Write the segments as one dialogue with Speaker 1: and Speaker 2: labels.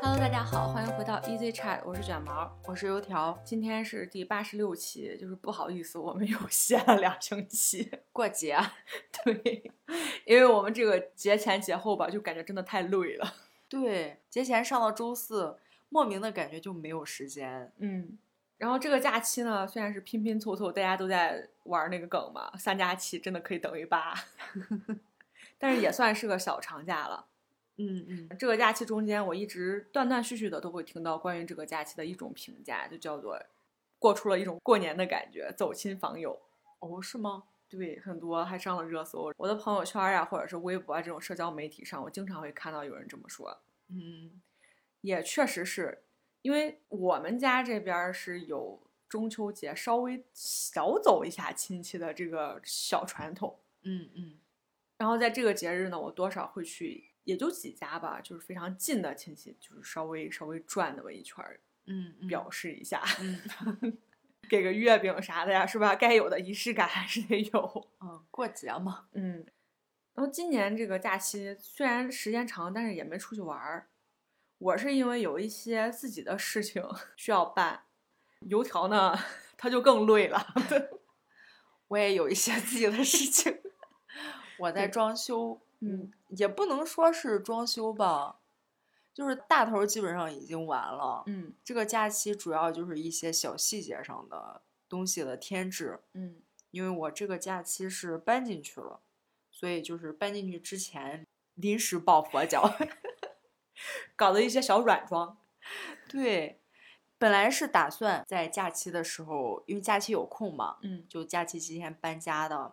Speaker 1: Hello，大家好，欢迎回到 Easy Chat，我是卷毛，我是油条，今天是第八十六期，就是不好意思，我们又歇了俩星期，过节， 对，因为我们这个节前节后吧，就感觉真的太累了，
Speaker 2: 对，节前上到周四，莫名的感觉就没有时间。
Speaker 1: 嗯，然后这个假期呢，虽然是拼拼凑凑，大家都在玩那个梗嘛，三加七真的可以等于八，但是也算是个小长假了。
Speaker 2: 嗯嗯，
Speaker 1: 这个假期中间，我一直断断续续的都会听到关于这个假期的一种评价，就叫做过出了一种过年的感觉，走亲访友。
Speaker 2: 哦，是吗？
Speaker 1: 对，很多还上了热搜。我的朋友圈啊，或者是微博啊这种社交媒体上，我经常会看到有人这么说。
Speaker 2: 嗯，
Speaker 1: 也确实是因为我们家这边儿是有中秋节稍微小走一下亲戚的这个小传统，
Speaker 2: 嗯嗯，
Speaker 1: 然后在这个节日呢，我多少会去，也就几家吧，就是非常近的亲戚，就是稍微稍微转那么一圈儿，
Speaker 2: 嗯
Speaker 1: 表，示一下，
Speaker 2: 嗯
Speaker 1: 给个月饼啥的呀，是吧？该有的仪式感还是得有。
Speaker 2: 嗯，过节嘛，
Speaker 1: 嗯，然后今年这个假期虽然时间长，但是也没出去玩儿。我是因为有一些自己的事情 需要办，油条呢， 他就更累了。
Speaker 2: 我也有一些 自己的事情。我在
Speaker 1: 对
Speaker 2: 装修，
Speaker 1: 嗯，
Speaker 2: 也不能说是装修吧，就是大头基本上已经完了。
Speaker 1: 嗯
Speaker 2: 这个假期主要就是一些小细节上的东西的添置。
Speaker 1: 嗯
Speaker 2: 因为我这个假期是搬进去了，所以就是搬进去之前临时抱 佛脚。
Speaker 1: 搞的一些小软装。
Speaker 2: 对，本来是打算在假期的时候，因为假期有空嘛，
Speaker 1: 嗯
Speaker 2: 就假期期间搬家的。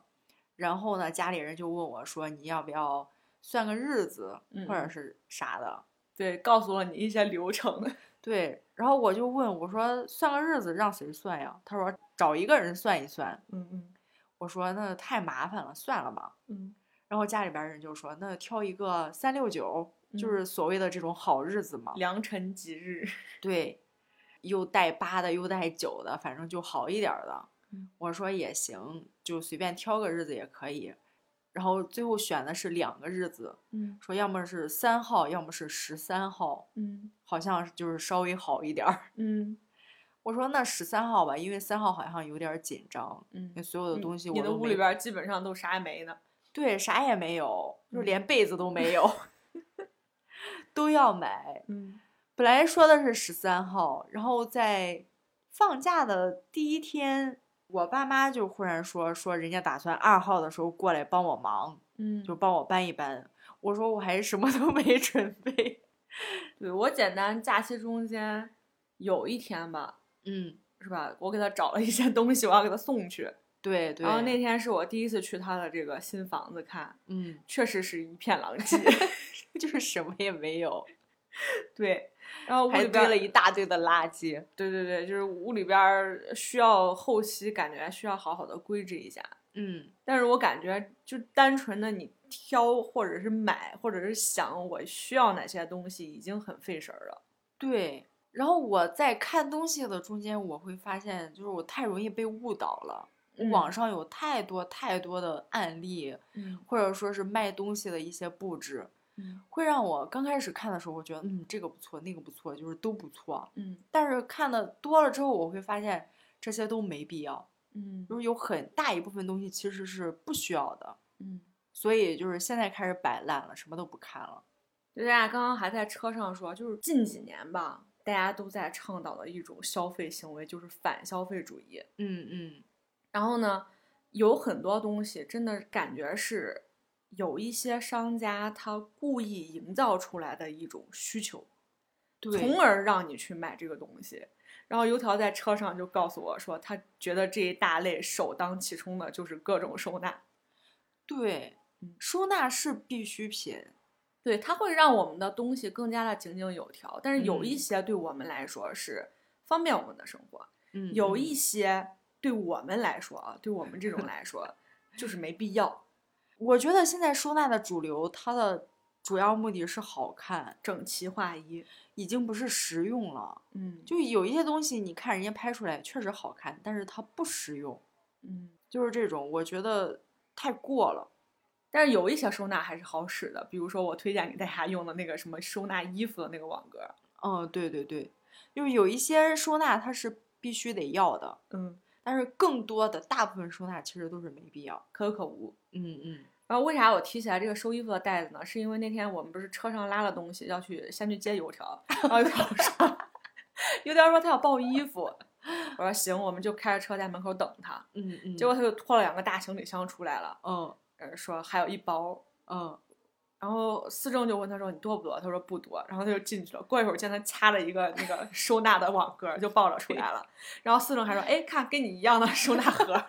Speaker 2: 然后呢，家里人就问我说：“你要不要算个日子，或者
Speaker 1: 嗯
Speaker 2: 是啥的
Speaker 1: 对，告诉了你一些流程。？”
Speaker 2: 对，然后我就问我说：“算个日子让谁算呀？”他说：“找一个人算一算。
Speaker 1: 嗯嗯”
Speaker 2: 我说：“那太麻烦了，算了吧。”
Speaker 1: 嗯
Speaker 2: 然后家里边儿人就说：“那挑一个三六九，就
Speaker 1: 嗯
Speaker 2: 是所谓的这种好日子嘛。
Speaker 1: 良辰吉日。
Speaker 2: 对，又带八的，又带九的，反正就好一点儿的。
Speaker 1: 嗯
Speaker 2: 我说也行，就随便挑个日子也可以。然后最后选的是两个日子，
Speaker 1: 嗯
Speaker 2: 说要么是三号，要么是十三号，
Speaker 1: 嗯
Speaker 2: 好像就是稍微好一点儿。
Speaker 1: 嗯
Speaker 2: 我说那十三号吧，因为三号好像有点儿紧张，因为
Speaker 1: 嗯，
Speaker 2: 所有的东西我
Speaker 1: 你的
Speaker 2: 都
Speaker 1: 屋
Speaker 2: 没
Speaker 1: 里边儿基本上都啥也没呢。
Speaker 2: 对，啥也没有，就
Speaker 1: 嗯
Speaker 2: 连被子都没有， 都要买。
Speaker 1: 嗯
Speaker 2: 本来说的是十三号，然后在放假的第一天，我爸妈就忽然说说人家打算二号的时候过来帮我忙，
Speaker 1: 嗯，
Speaker 2: 就帮我搬一搬。我说我还什么都 没准备。
Speaker 1: 对我简单假期中间有一天吧，
Speaker 2: 嗯，
Speaker 1: 是吧？我给他找了一些东西，我要给他送去。
Speaker 2: 对对。
Speaker 1: 然后那天是我第一次去他的这个新房子看，
Speaker 2: 嗯，
Speaker 1: 确实是一片狼藉。
Speaker 2: 就是什么也没有，
Speaker 1: 对，然后屋
Speaker 2: 还
Speaker 1: 里
Speaker 2: 堆
Speaker 1: 边
Speaker 2: 了一大堆的垃圾。
Speaker 1: 对对对，就是屋里边儿需要后期感觉需要好好的规制一下。
Speaker 2: 嗯
Speaker 1: 但是我感觉，就单纯的你挑，或者是买，或者是想我需要哪些东西，已经很费神儿了。，
Speaker 2: 对。然后我在看东西的中间，我会发现，就是我太容易被误导了。网
Speaker 1: 上，
Speaker 2: 上有太多太多的案例，
Speaker 1: 嗯
Speaker 2: 或者说是卖东西的一些布置，
Speaker 1: 嗯
Speaker 2: 会让我刚开始看的时候，我觉得嗯这个不错，那个不错，就是都不错。
Speaker 1: 嗯
Speaker 2: 但是看的多了之后，我会发现这些都没必要，
Speaker 1: 嗯
Speaker 2: 就是有很大一部分东西其实是不需要的。
Speaker 1: 嗯。
Speaker 2: 所以就是现在开始摆烂了，什么都不看了。
Speaker 1: 就大家刚刚还在车上说，就是近几年吧，大家都在倡导的一种消费行为，就是反消费主义。
Speaker 2: 嗯嗯
Speaker 1: 然后呢，有很多东西真的感觉是有一些商家他故意营造出来的一种需求，
Speaker 2: 对，
Speaker 1: 从而让你去买这个东西。然后油条在车上就告诉我说，他觉得这一大类首当其冲的就是各种收纳，
Speaker 2: 对
Speaker 1: 嗯，
Speaker 2: 收纳是必需品。
Speaker 1: 对，它会让我们的东西更加的井井有条。但是有一
Speaker 2: 嗯
Speaker 1: 些对我们来说是方便我们的生活，
Speaker 2: 嗯，
Speaker 1: 有
Speaker 2: 嗯
Speaker 1: 一些对我们来说啊，对我们这种来说就是没必要，
Speaker 2: 我觉得现在收纳的主流，它的主要目的是好看，
Speaker 1: 整齐划一。
Speaker 2: 已经不是实用了。
Speaker 1: 嗯，就
Speaker 2: 就有一些东西，你看人家拍出来确实好看，但是它不实用，
Speaker 1: 嗯，
Speaker 2: 就是这种，我觉得太过了。
Speaker 1: 但是有一些收纳还是好使的，比如说我推荐给大家用的那个什么收纳衣服的那个网格，
Speaker 2: 嗯，对对对，就是有一些收纳它是必须得要的，
Speaker 1: 嗯，
Speaker 2: 但是更多的大部分收纳其实都是没必要。
Speaker 1: 可有可无。
Speaker 2: 嗯嗯，
Speaker 1: 然后为啥我提起来这个收衣服的袋子呢？是因为那天我们不是车上拉了东西，要去先去接油条，然后油条说， 油条说他要抱衣服，我说行，我们就开着车在门口等他。
Speaker 2: 嗯嗯，
Speaker 1: 结果他就拖了两个大行李箱出来了，
Speaker 2: 嗯
Speaker 1: 呃，说还有一包。
Speaker 2: 嗯，
Speaker 1: 然后思政就问他说：“你多不多？”他说：“不多。”然后他就进去了。过一会儿见他掐了一个那个收纳的网格，就抱了出来了。然后思政还说：“哎，看跟你一样的收纳盒。”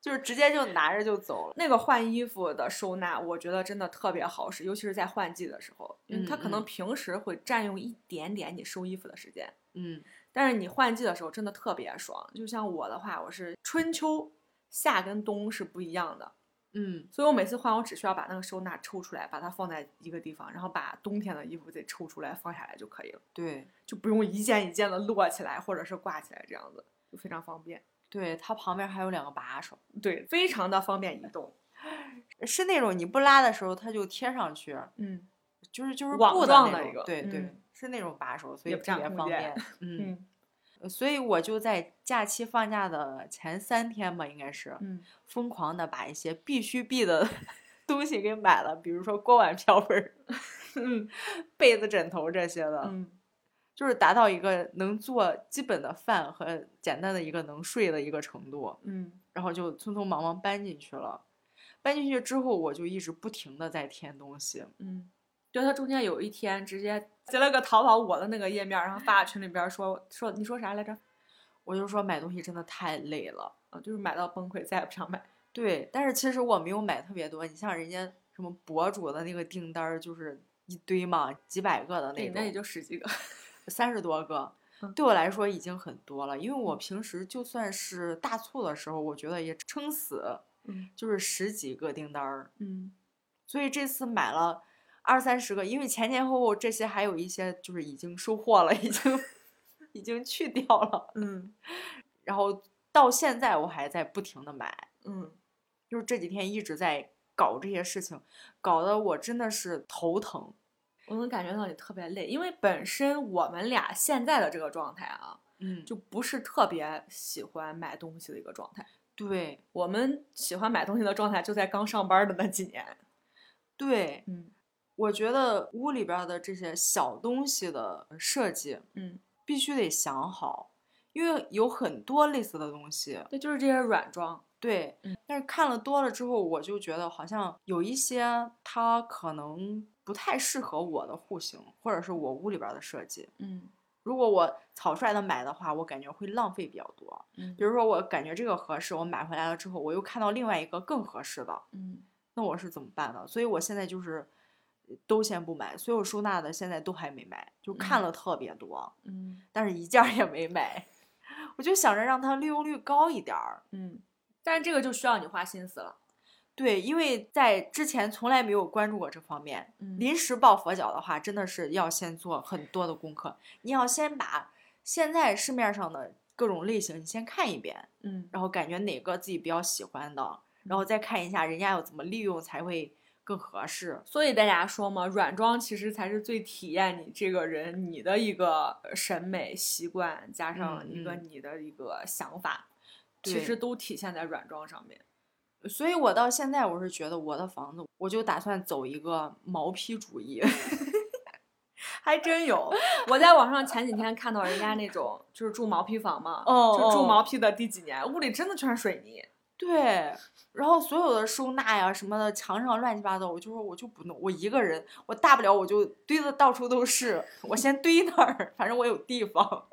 Speaker 2: 就是直接就拿着就走了。
Speaker 1: 那个换衣服的收纳，我觉得真的特别好使，尤其是在换季的时候，因为它可
Speaker 2: 嗯
Speaker 1: 能
Speaker 2: 嗯
Speaker 1: 平时会占用一点点你收衣服的时间，
Speaker 2: 嗯
Speaker 1: 但是你换季的时候真的特别爽。就像我的话，我是春秋、夏跟冬是不一样的，
Speaker 2: 嗯
Speaker 1: 所以我每次换，我只需要把那个收纳抽出来，把它放在一个地方，然后把冬天的衣服再抽出来放下来就可以了，
Speaker 2: 对
Speaker 1: 就不用一件一件的摞起来或者是挂起来这样子，就非常方便。
Speaker 2: 对，它旁边还有两个把手，
Speaker 1: 对，非常的方便移动。
Speaker 2: 是那种你不拉的时候它就贴上去，
Speaker 1: 嗯
Speaker 2: 就是就是
Speaker 1: 网
Speaker 2: 布
Speaker 1: 状
Speaker 2: 那
Speaker 1: 的
Speaker 2: 种
Speaker 1: 一个
Speaker 2: 对对
Speaker 1: 嗯，
Speaker 2: 是那种把手，所以
Speaker 1: 也不
Speaker 2: 特
Speaker 1: 占
Speaker 2: 别
Speaker 1: 空
Speaker 2: 方
Speaker 1: 间
Speaker 2: 便。嗯，
Speaker 1: 嗯
Speaker 2: 呃所以我就在假期放假的前三天吧，应该是
Speaker 1: 嗯，
Speaker 2: 疯狂的把一些必须必的 东西给买了，比如说锅碗瓢盆儿、
Speaker 1: 嗯
Speaker 2: 被子、枕头这些的，
Speaker 1: 嗯。
Speaker 2: 就是达到一个能做基本的饭和简单的一个能睡的一个程度。
Speaker 1: 嗯
Speaker 2: 然后就匆匆忙忙搬进去了。搬进去之后，我就一直不停的在添东西。
Speaker 1: 嗯，就他中间有一天直接截了个淘宝我的那个页面，然后发到群里边说说你说啥来着？
Speaker 2: 我就说买东西真的太累了。
Speaker 1: 啊，就是买到崩溃，再也不想买。
Speaker 2: 对，但是其实我没有买特别多。你像人家什么博主的那个订单儿，就是一堆嘛，几百个的
Speaker 1: 对，
Speaker 2: 那
Speaker 1: 那也
Speaker 2: 种，
Speaker 1: 就十几个。
Speaker 2: 三十多个
Speaker 1: 嗯。
Speaker 2: 对我来说已经很多了，因为我
Speaker 1: 嗯
Speaker 2: 平时就算是大促的时候，我觉得也撑死
Speaker 1: 嗯
Speaker 2: 就是十几个订单儿，
Speaker 1: 嗯
Speaker 2: 所以这次买了二三十个，因为前前后后这些还有一些就是已经收获了，已经 已经去掉了，
Speaker 1: 嗯
Speaker 2: 然后到现在我还在不停的买，
Speaker 1: 嗯
Speaker 2: 就是这几天一直在搞这些事情，搞得我真的是头疼。
Speaker 1: 我能感觉到你特别累，因为本身我们俩现在的这个状态啊，
Speaker 2: 嗯
Speaker 1: 就
Speaker 2: 就
Speaker 1: 不是特别喜欢买东西的一个状态。
Speaker 2: 对
Speaker 1: 我们喜欢买东西的状态就在刚上班的那几年。
Speaker 2: 对，
Speaker 1: 嗯
Speaker 2: 我觉得屋里边儿的这些小东西的设计
Speaker 1: 嗯，
Speaker 2: 必须得想好，因为有很多类似的东西，
Speaker 1: 对，就是这些软装。
Speaker 2: 对，
Speaker 1: 嗯
Speaker 2: 但是看了多了之后，我就觉得好像有一些它可能不太适合我的户型，或者是我屋里边儿的设计。
Speaker 1: 嗯
Speaker 2: 如果我草率的买的话，我感觉会浪费比较多。
Speaker 1: 嗯
Speaker 2: 比如说，我感觉这个合适，我买回来了之后，我又看到另外一个更合适的，
Speaker 1: 嗯
Speaker 2: 那我是怎么办呢？所以我现在就是呃都先不买，所有收纳的现在都还没买，就看
Speaker 1: 嗯
Speaker 2: 了特别多，
Speaker 1: 嗯
Speaker 2: 但是一件儿也没买。 我就想着让它利用率高一点儿，
Speaker 1: 嗯，但是这个就需要你花心思了。
Speaker 2: 对，因为在之前从来没有关注过这方面。
Speaker 1: 嗯
Speaker 2: 临时抱佛脚的话，真的是要先做很多的功课。你要先把现在市面上的各种类型你先看一遍，
Speaker 1: 嗯
Speaker 2: 然后感觉哪个自己比较喜欢的，然后再看一下人家要怎么利用才会更合适。
Speaker 1: 所以大家说嘛，软装其实才是最体验你这个人你的一个呃审美习惯，加上
Speaker 2: 嗯
Speaker 1: 一个
Speaker 2: 嗯
Speaker 1: 你的一个想法，其
Speaker 2: 对
Speaker 1: 实都体现在软装上面。
Speaker 2: 所以我到现在我是觉得我的房子，我就打算走一个毛坯主义。
Speaker 1: 还真有，我在网上前几天看到人家那种就是住毛坯房嘛，
Speaker 2: 哦
Speaker 1: 就住
Speaker 2: 哦
Speaker 1: 毛坯的第几年，屋里真的全是水泥。
Speaker 2: 对，然后所有的收纳呀什么的，墙上乱七八糟，我就说我就不弄，我一个人，我大不了我就堆的到处都是，我先堆那儿，反正我有地 方。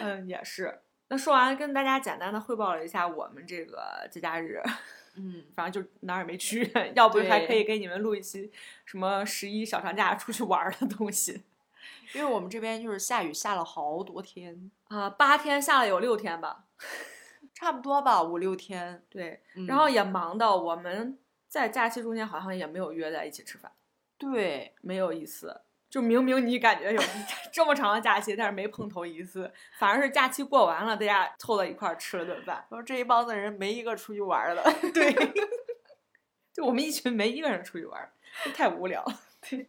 Speaker 1: 嗯，也是。那说完，跟大家简单的汇报了一下我们这个节假日，
Speaker 2: 嗯，
Speaker 1: 反正就哪儿也没去，要不还可
Speaker 2: 对
Speaker 1: 以给你们录一期什么十一小长假出去玩儿的东西。
Speaker 2: 因为我们这边就是下雨下了好多天，
Speaker 1: 啊，八天下来有六天吧，
Speaker 2: 差不多吧，五六天。
Speaker 1: 对，
Speaker 2: 嗯
Speaker 1: 然后也忙到我们在假期中间好像也没有约在一起吃饭，
Speaker 2: 对
Speaker 1: 没有一次。就明明你感觉有这么长的假期，但是没碰头一次，反而是假期过完了，大家凑到一块儿吃了顿饭。
Speaker 2: 我说这一帮子人没一个出去玩儿 的。
Speaker 1: 对， 就我们一群没一个人出去玩儿，就太无聊了。对，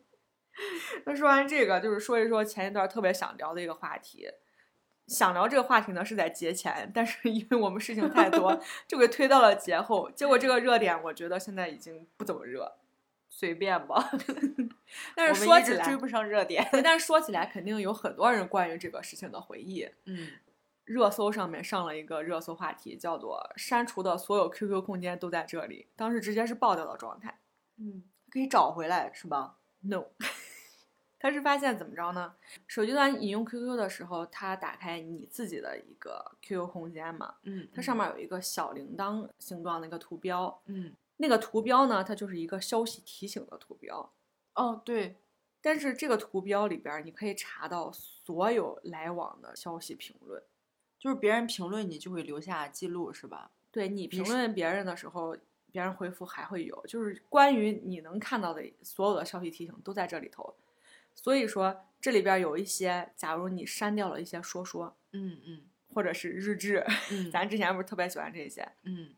Speaker 1: 那说完这个，就是说一说前一段特别想聊的一个话题。想聊这个话题呢，是在节前，但是因为我们事情太 多，就给推到了节后。结果这个热点，我觉得现在已经不怎么热，随便吧。 但是
Speaker 2: 我
Speaker 1: 说
Speaker 2: 们一
Speaker 1: 起
Speaker 2: 直
Speaker 1: 来
Speaker 2: 追，不上热点。
Speaker 1: 但是说起来，肯定有很多人关于这个事情的回忆。
Speaker 2: 嗯，
Speaker 1: 热搜上面上了一个热搜话题，叫做“删除的所有 QQ 空间都在这里”，当时直接是爆掉的状态。
Speaker 2: 嗯，可以找回来是吧？
Speaker 1: No，他是发现怎么着呢？手机端引用 QQ 的时候，它打开你自己的一个 QQ 空间嘛，
Speaker 2: 嗯
Speaker 1: 它上面有一个小铃铛形状的一个图标，
Speaker 2: 嗯，
Speaker 1: 那个图标呢，它就是一个消息提醒的图标。
Speaker 2: 哦对，
Speaker 1: 但是这个图标里边儿，你可以查到所有来往的消息评论。
Speaker 2: 就是别人评论你就会留下记录是吧？
Speaker 1: 对你评
Speaker 2: 是
Speaker 1: 论别人的时候，别人回复还会有，就是关于你能看到的所有的消息提醒都在这里头。所以说，这里边儿有一些，假如你删掉了一些说说，
Speaker 2: 嗯嗯
Speaker 1: 或者是日志，
Speaker 2: 嗯
Speaker 1: 咱之前不是特别喜欢这些，
Speaker 2: 嗯，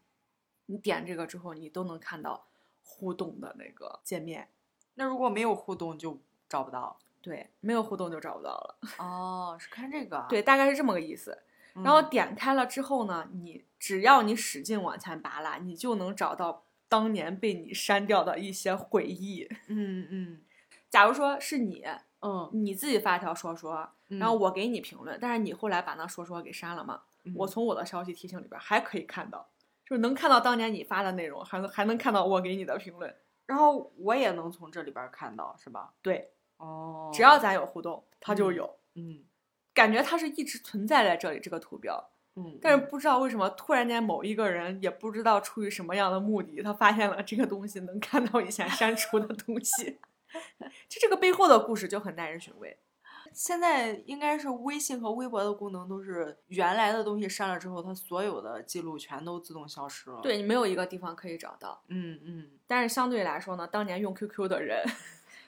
Speaker 1: 你点这个之后，你都能看到互动的那个界面。
Speaker 2: 那如果没有互动就找不到。
Speaker 1: 对，没有互动就找不到了。
Speaker 2: 哦，是看这个啊。
Speaker 1: 对，大概是这么个意思。
Speaker 2: 嗯，
Speaker 1: 然后点开了之后呢，你只要你使劲往前扒拉，你就能找到当年被你删掉的一些回忆。
Speaker 2: 嗯嗯
Speaker 1: 假如说是你，
Speaker 2: 嗯，
Speaker 1: 你自己发条说说，然后
Speaker 2: 嗯
Speaker 1: 我给你评论，但是你后来把那说说给删了嘛？我从我的消息提醒里边还可以看到，就是能看到当年你发的内容，还能还能看到我给你的评论。
Speaker 2: 然后我也能从这里边儿看到，是吧？
Speaker 1: 对，
Speaker 2: 哦，
Speaker 1: 只要咱有互动，它就
Speaker 2: 嗯
Speaker 1: 有。
Speaker 2: 嗯
Speaker 1: 感觉它是一直存在在这里这个图标，
Speaker 2: 嗯，
Speaker 1: 但是
Speaker 2: 嗯
Speaker 1: 不知道为什么突然间某一个人也不知道出于什么样的目的，他发现了这个东西能看到以前删除的东西， 就这个背后的故事就很耐人寻味。
Speaker 2: 现在应该是微信和微博的功能都是原来的东西删了之后，它所有的记录全都自动消失了。，
Speaker 1: 对你没有一个地方可以找到，
Speaker 2: 嗯嗯
Speaker 1: 但是相对来说呢，当年用 QQ 的人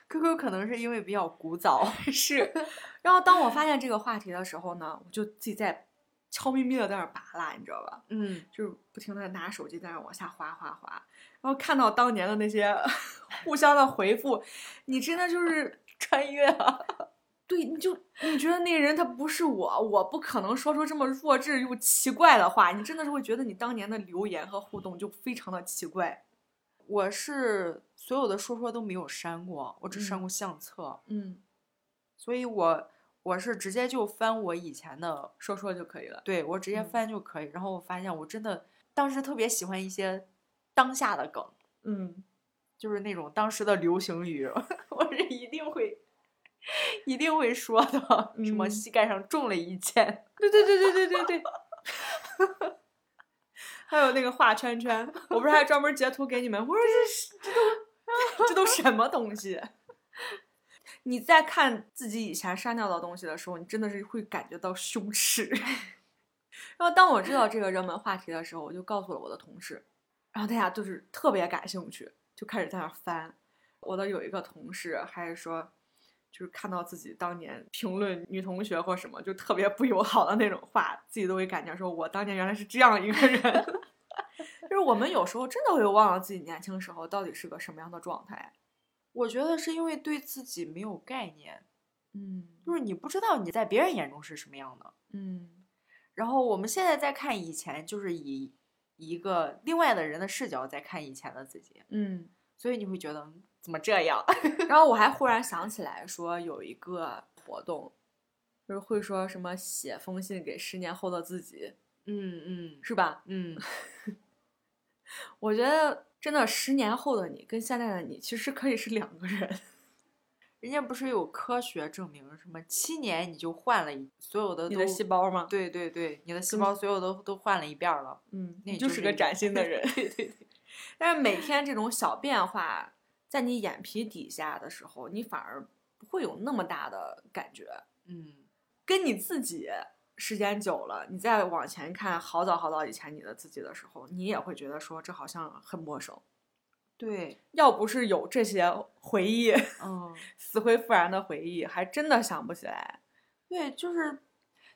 Speaker 2: ，QQ 可能是因为比较古早，
Speaker 1: 是。然后当我发现这个话题的时候呢，我就自己在悄咪咪的在那儿扒拉，你知道吧？
Speaker 2: 嗯，
Speaker 1: 就是不停的拿手机在那儿往下滑滑滑，然后看到当年的那些 互相的回复，你真的就是
Speaker 2: 穿越了。
Speaker 1: 对，你就你觉得那个人他不是我，我不可能说出这么弱智又奇怪的话，你真的是会觉得你当年的留言和互动就非常的奇怪。
Speaker 2: 我是所有的说说都没有删过，我只删
Speaker 1: 嗯
Speaker 2: 过相册，
Speaker 1: 嗯，
Speaker 2: 所以我我是直接就翻我以前的
Speaker 1: 说说就可以了。
Speaker 2: 对我直接
Speaker 1: 嗯
Speaker 2: 翻就可以。然后我发现我真的当时特别喜欢一些当下的梗，
Speaker 1: 嗯，
Speaker 2: 就是那种当时的流行语， 我是一定会一定会说的。什么
Speaker 1: 嗯
Speaker 2: 膝盖上中了一箭，
Speaker 1: 对对对对对对对。 还有那个画圈 圈，我不是还专门截图给你们，我说这是这都 这都什么东西？你在看自己以前删掉的东西的时候，你真的是会感觉到羞耻。 然后当我知道这个热门话题的时候，我就告诉了我的同事，然后大家就是特别感兴趣，就开始在那儿翻。我的有一个同事还是说，就是看到自己当年评论女同学或什么，就特别不友好的那种话，自己都会感觉说，我当年原来是这样一个人。 就是我们有时候真的会忘了自己年轻时候到底是个什么样的状态。
Speaker 2: 我觉得是因为对自己没有概念，
Speaker 1: 嗯
Speaker 2: 就是你不知道你在别人眼中是什么样的。
Speaker 1: 嗯
Speaker 2: 然后我们现在在看以前，就是以一个另外的人的视角在看以前的自己，
Speaker 1: 嗯。
Speaker 2: 所以你会觉得嗯怎么这样？
Speaker 1: 然后我还忽然想起来说有一个活动，就是会说什么写封信给十年后的自己，
Speaker 2: 嗯嗯
Speaker 1: 是吧？
Speaker 2: 嗯，
Speaker 1: 我觉得真的，十年后的你跟现在的你其实可以是两个人。
Speaker 2: 人家不是有科学证明什么七年你就换了一所有的
Speaker 1: 你
Speaker 2: 都
Speaker 1: 的细胞吗？
Speaker 2: 对对对，你的细
Speaker 1: 嗯
Speaker 2: 胞所有都都换了一遍儿了。
Speaker 1: 嗯，
Speaker 2: 那
Speaker 1: 你
Speaker 2: 就是是
Speaker 1: 个
Speaker 2: 一
Speaker 1: 崭新的人。 对对对。但是每天这种小变化，在你眼皮底下的时候，你反而不会有那么大的感觉。
Speaker 2: 嗯
Speaker 1: 跟你自己时间久了，你再往前看好早好早以前你的自己的时候，你也会觉得说这好像很陌生。，
Speaker 2: 对，
Speaker 1: 要不是有这些回忆，
Speaker 2: 嗯，
Speaker 1: 死灰复燃的回忆，还真的想不起来。
Speaker 2: 对，就是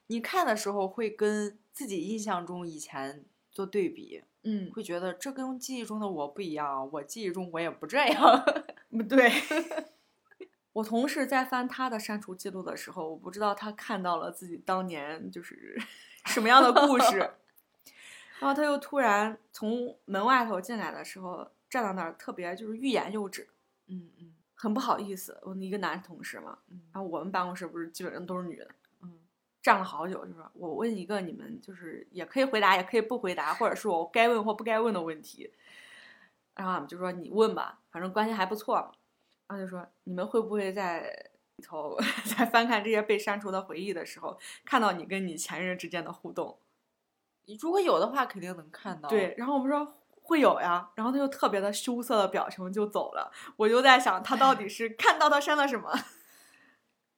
Speaker 2: 你看的时候会跟自己印象中以前做对比，
Speaker 1: 嗯，
Speaker 2: 会觉得这跟啊 记忆中的我不一样，我记忆中我也不这样。
Speaker 1: 不对，嗯我同事在翻他的删除记录的时候，我不知道他看到了自己当年就是什么样的故事，然后他又突然从门外头进来的时候，站到那儿特别就是欲言又止，
Speaker 2: 嗯嗯
Speaker 1: 很不好意思。我一个男同事嘛，
Speaker 2: 嗯
Speaker 1: 然后我们办公室不是基本上都是女的，
Speaker 2: 嗯
Speaker 1: 站了好久，就说我问一个你们就是也可以回答，也可以不回答，或者是我该问或不该问的问题。然后我们就说你问吧，反正关系还不错嘛。然后就说你们会不会在里头 在翻看这些被删除的回忆的时候，看到你跟你前任之间的互动？
Speaker 2: 如果有的话，肯定能看到。
Speaker 1: 对，，然后我们说会有呀，然后他就特别的羞涩的表情就走了。我就在想，他到底是看到他删了什么？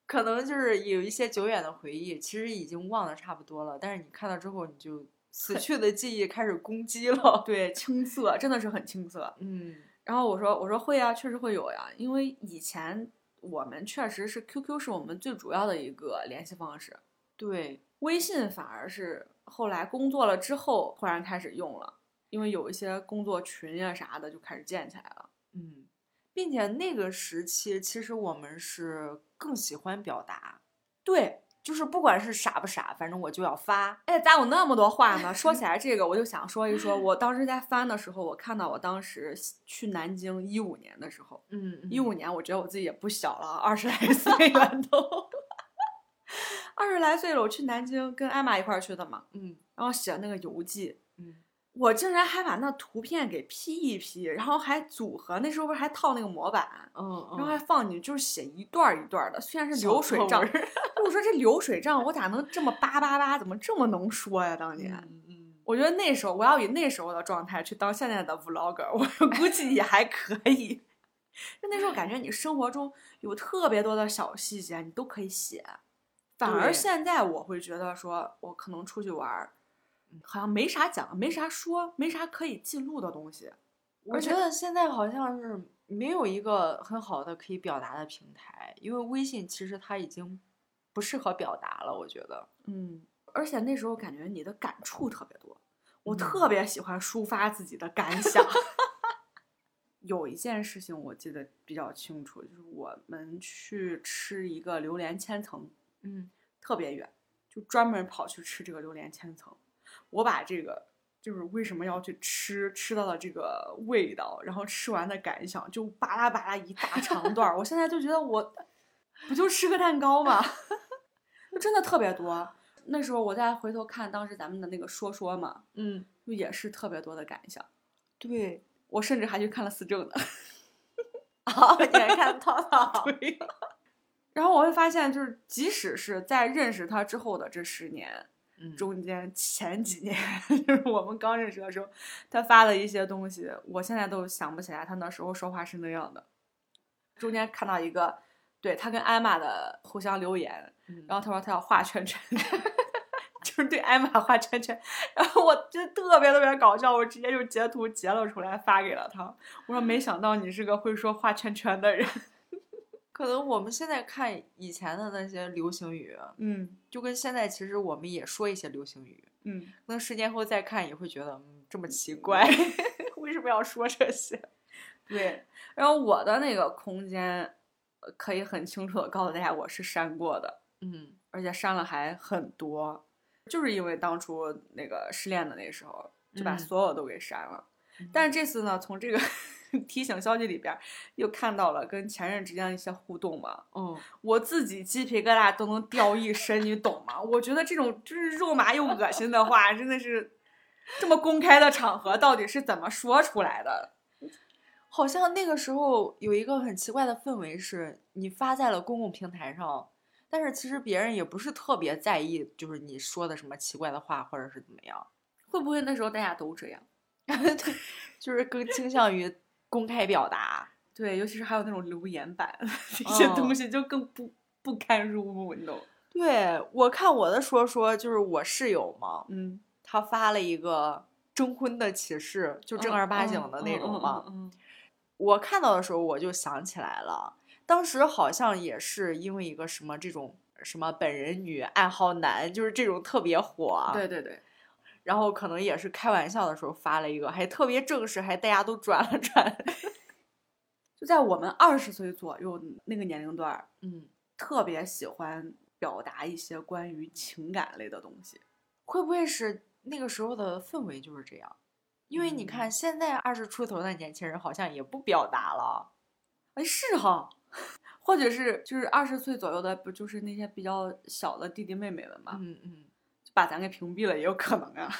Speaker 2: 可能就是有一些久远的回忆，其实已经忘得差不多了，但是你看到之后，你就死去的记忆开始攻击了。
Speaker 1: 对，青涩，真的是很青涩。
Speaker 2: 嗯
Speaker 1: 然后我说我说会啊，确实会有呀，因为以前我们确实是 QQ 是我们最主要的一个联系方式，，
Speaker 2: 对，
Speaker 1: 微信反而是后来工作了之后忽然开始用了，因为有一些工作群呀、啥的就开始建起来了。
Speaker 2: 嗯，并且那个时期，其实我们是更喜欢表达，
Speaker 1: 对，
Speaker 2: 就是不管是傻不傻，反正我就要发。
Speaker 1: 哎，咋有那么多话呢？说起来这个，我就想说一说，我当时在翻的时候，我看到我当时去南京一五年的时候，
Speaker 2: 嗯
Speaker 1: 一五年，我觉得我自己也不小了，二十来岁了都，二十来岁了。我去南京跟艾玛一块儿去的嘛，
Speaker 2: 嗯
Speaker 1: 然后写那个游记，
Speaker 2: 嗯，
Speaker 1: 我竟然还把那图片给 P 一 P，然后还组合，那时候不是还套那个模板，
Speaker 2: 嗯
Speaker 1: 然后还放进去，就是写一段儿一段儿的，虽然是流水账，
Speaker 2: 嗯
Speaker 1: 我说这流水账我咋能这么叭叭叭，怎么这么能说呀？当年。
Speaker 2: 嗯，
Speaker 1: 我觉得那时候我要以那时候的状态去当现在的 vlogger，我估计也还可以。就那时候感觉你生活中有特别多的小细节，你都可以写。反而
Speaker 2: 对
Speaker 1: 现在我会觉得说，我可能出去玩儿，嗯好像没啥讲，没啥说，没啥可以记录的东西。
Speaker 2: 我
Speaker 1: 而
Speaker 2: 觉
Speaker 1: 且
Speaker 2: 得现在好像是没有一个很好的可以表达的平台，因为微信其实它已经不适合表达了，我觉得。
Speaker 1: 嗯，而且那时候感觉你的感触特别多，我
Speaker 2: 嗯
Speaker 1: 特别喜欢抒发自己的感想。 有一件事情我记得比较清楚，就是我们去吃一个榴莲千层，
Speaker 2: 嗯
Speaker 1: 特别远，就专门跑去吃这个榴莲千层。我把这个就是为什么要去吃，吃到的这个味道，然后吃完的感想，就巴拉巴拉一大长段儿。我现在就觉得我不就吃个蛋糕吗？ 就真的特别多。那时候我再回头看当时咱们的那个说说嘛，
Speaker 2: 嗯，
Speaker 1: 就也是特别多的感想。
Speaker 2: 对。
Speaker 1: 我甚至还去看了思政的。
Speaker 2: 好，哦你还看 涛涛
Speaker 1: 对。 然后我会发现，就是即使是在认识他之后的这十年，
Speaker 2: 嗯
Speaker 1: 中间前几年， 就是我们刚认识的时候，他发的一些东西，我现在都想不起来他那时候说话是那样的。中间看到一个，对他跟艾玛的互相留言，
Speaker 2: 嗯
Speaker 1: 然后他说他要画圈圈， 就是对艾玛画圈圈，然后我就特别特别搞笑，我直接就截图截了出来发给了他，我说没想到你是个会说画圈圈的人，
Speaker 2: 可能我们现在看以前的那些流行语，
Speaker 1: 嗯
Speaker 2: 就跟现在其实我们也说一些流行语，
Speaker 1: 嗯，
Speaker 2: 可能十年后再看也会觉得，嗯，这么奇 怪，为什么要说这些？
Speaker 1: 对，然后我的那个空间呃可以很清楚的告诉大家，我是删过的，
Speaker 2: 嗯
Speaker 1: 而且删了还很多，就是因为当初那个失恋的那时候，就把
Speaker 2: 嗯
Speaker 1: 所有都给删了。
Speaker 2: 嗯
Speaker 1: 但是这次呢，从这个 提醒消息里边儿又看到了跟前任之间的一些互动嘛，
Speaker 2: 哦，
Speaker 1: 我自己鸡皮疙瘩都能掉一身，你懂吗？我觉得这种就是肉麻又恶心的话，真的是这么公开的场合，到底是怎么说出来的？
Speaker 2: 好像那个时候有一个很奇怪的氛围是，你发在了公共平台上，但是其实别人也不是特别在意，就是你说的什么奇怪的话或者是怎么样，
Speaker 1: 会不会那时候大家都这样？
Speaker 2: 就是更倾向于公开表达。
Speaker 1: 对，尤其是还有那种留言板， 这些东
Speaker 2: 哦
Speaker 1: 西就更不不堪入目，你懂？
Speaker 2: 对我看我的说说，就是我室友嘛，
Speaker 1: 嗯，
Speaker 2: 他发了一个征婚的启事，就
Speaker 1: 就
Speaker 2: 正
Speaker 1: 正
Speaker 2: 儿
Speaker 1: 儿
Speaker 2: 八
Speaker 1: 八
Speaker 2: 经
Speaker 1: 经
Speaker 2: 的
Speaker 1: 的
Speaker 2: 那
Speaker 1: 那
Speaker 2: 种
Speaker 1: 种
Speaker 2: 嘛
Speaker 1: 嘛。。嗯
Speaker 2: 我看到的时候我就想起来了，当时好像也是因为一个什么这种什么本人女暗号男，就是这种特别火。
Speaker 1: 对。对对，
Speaker 2: 然后可能也是开玩笑的时候发了一个，还特别正式，还大家都转了转。
Speaker 1: 就在我们二十岁左右那个年龄段儿，
Speaker 2: 嗯，
Speaker 1: 特别喜欢表达一些关于情感类的东西。
Speaker 2: 会不会是那个时候的氛围就是这样？因为你看，
Speaker 1: 嗯
Speaker 2: 现在二十出头的年轻人好像也不表达了。
Speaker 1: 哎，是哈，或者是就是二十岁左右的，不就是那些比较小的弟弟妹妹们嘛，
Speaker 2: 嗯嗯，
Speaker 1: 就把咱给屏蔽了也有可能啊。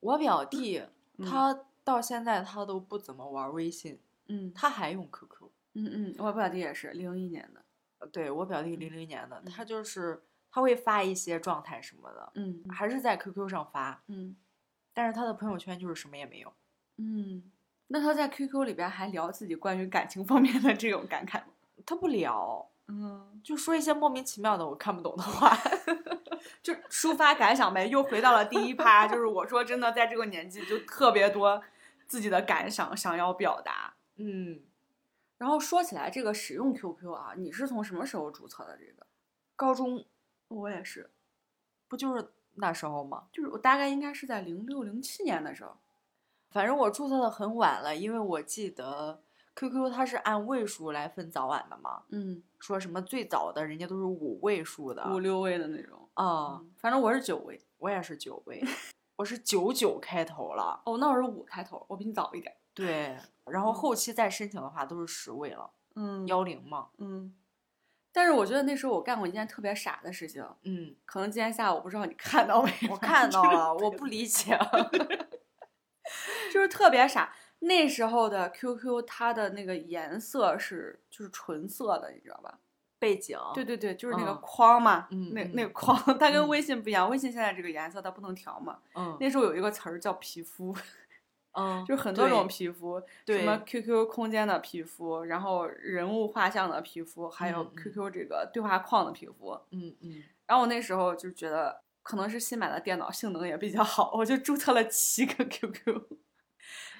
Speaker 2: 我表弟
Speaker 1: 嗯
Speaker 2: 他到现在他都不怎么玩微信，
Speaker 1: 嗯
Speaker 2: 他还用 QQ。
Speaker 1: 嗯嗯，我表弟也是零一年的。
Speaker 2: 呃对我表弟
Speaker 1: 嗯
Speaker 2: 零零年的，他就是他会发一些状态什么的，
Speaker 1: 嗯
Speaker 2: 还是在 QQ 上发，
Speaker 1: 嗯
Speaker 2: 但是他的朋友圈就是什么也没有。
Speaker 1: 嗯，那他在 QQ 里边还聊自己关于感情方面的这种感慨吗？
Speaker 2: 他不聊，
Speaker 1: 嗯，
Speaker 2: 就说一些莫名其妙的我看不懂的话。
Speaker 1: 就抒发感想呗，又回到了第一趴，就是我说真的，在这个年纪就特别多自己的感想想要表达。
Speaker 2: 嗯，
Speaker 1: 然后说起来这个使用 QQ 啊，你是从什么时候注册的这个？
Speaker 2: 高中
Speaker 1: 我也是，
Speaker 2: 不就是那时候吗？
Speaker 1: 就是我大概应该是在零六零七年的时候。
Speaker 2: 反正我注册的很晚了，因为我记得 QQ 它是按位数来分早晚的嘛，
Speaker 1: 嗯，
Speaker 2: 说什么最早的人家都是五位数的。
Speaker 1: 五六位的那种。
Speaker 2: 啊、
Speaker 1: 嗯，反正我是九位。
Speaker 2: 我也是九位，我是九九开头了。
Speaker 1: 哦，那我是五开头，我比你早一点。
Speaker 2: 对，然后
Speaker 1: 嗯
Speaker 2: 后期再申请的话都是十位了，
Speaker 1: 嗯
Speaker 2: 幺零嘛。
Speaker 1: 嗯。但是我觉得那时候我干过一件特别傻的事情，
Speaker 2: 嗯，？
Speaker 1: 可能今天下午不知道你看到没
Speaker 2: 我看到了，我不理 解。
Speaker 1: 就是特别傻。那时候的 QQ 它的那个颜色是就是纯色的，你知道吧？
Speaker 2: 背景，
Speaker 1: 对，对对，就是那个
Speaker 2: 嗯
Speaker 1: 框嘛，
Speaker 2: 嗯
Speaker 1: 那
Speaker 2: 嗯
Speaker 1: 那个框，它跟
Speaker 2: 嗯
Speaker 1: 微信不一样。微信现在这个颜色它不能调嘛。
Speaker 2: 嗯
Speaker 1: 那时候有一个词儿叫皮肤，
Speaker 2: 嗯，
Speaker 1: 就是很多种
Speaker 2: 对
Speaker 1: 皮肤，
Speaker 2: 对
Speaker 1: 什么 QQ 空间的皮肤，然后人物画像的皮肤，还有
Speaker 2: 嗯嗯
Speaker 1: QQ 这个对话框的皮肤。
Speaker 2: 嗯嗯，
Speaker 1: 然后我那时候就觉得，可能是新买的电脑性能也比较好，我就注册了七个 QQ，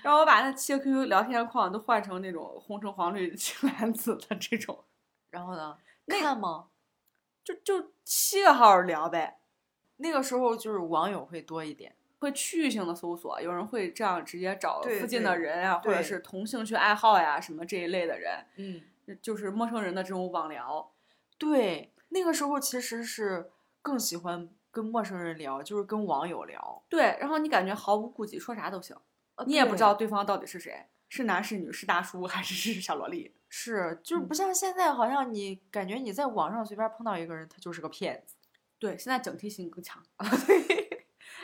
Speaker 1: 然后我把那七个 QQ 聊天框都换成那种红橙黄绿青蓝紫的这种，
Speaker 2: 然后呢？
Speaker 1: 那
Speaker 2: 看吗？
Speaker 1: 就就七个号聊呗，
Speaker 2: 那个时候就是网友会多一点。
Speaker 1: 会区域性的搜索，有人会这样直接找
Speaker 2: 对
Speaker 1: 附近的
Speaker 2: 对
Speaker 1: 人啊，或者
Speaker 2: 对
Speaker 1: 是同兴趣爱好呀什么这一类的人，
Speaker 2: 嗯，
Speaker 1: 就就是陌生人的这种网聊。
Speaker 2: 对，那个时候其实是更喜欢跟陌生人聊，就是跟网友聊。
Speaker 1: 对，然后你感觉毫无顾忌，说啥都行，
Speaker 2: 呃
Speaker 1: 你也不
Speaker 2: 对
Speaker 1: 知道对方到底是谁，是男是女，是大叔还是 是小萝莉。
Speaker 2: 是，就是
Speaker 1: 嗯
Speaker 2: 不像现在，好像你感觉你在网上随便碰到一个人，他就是个骗子。
Speaker 1: 对，现在警惕性更强。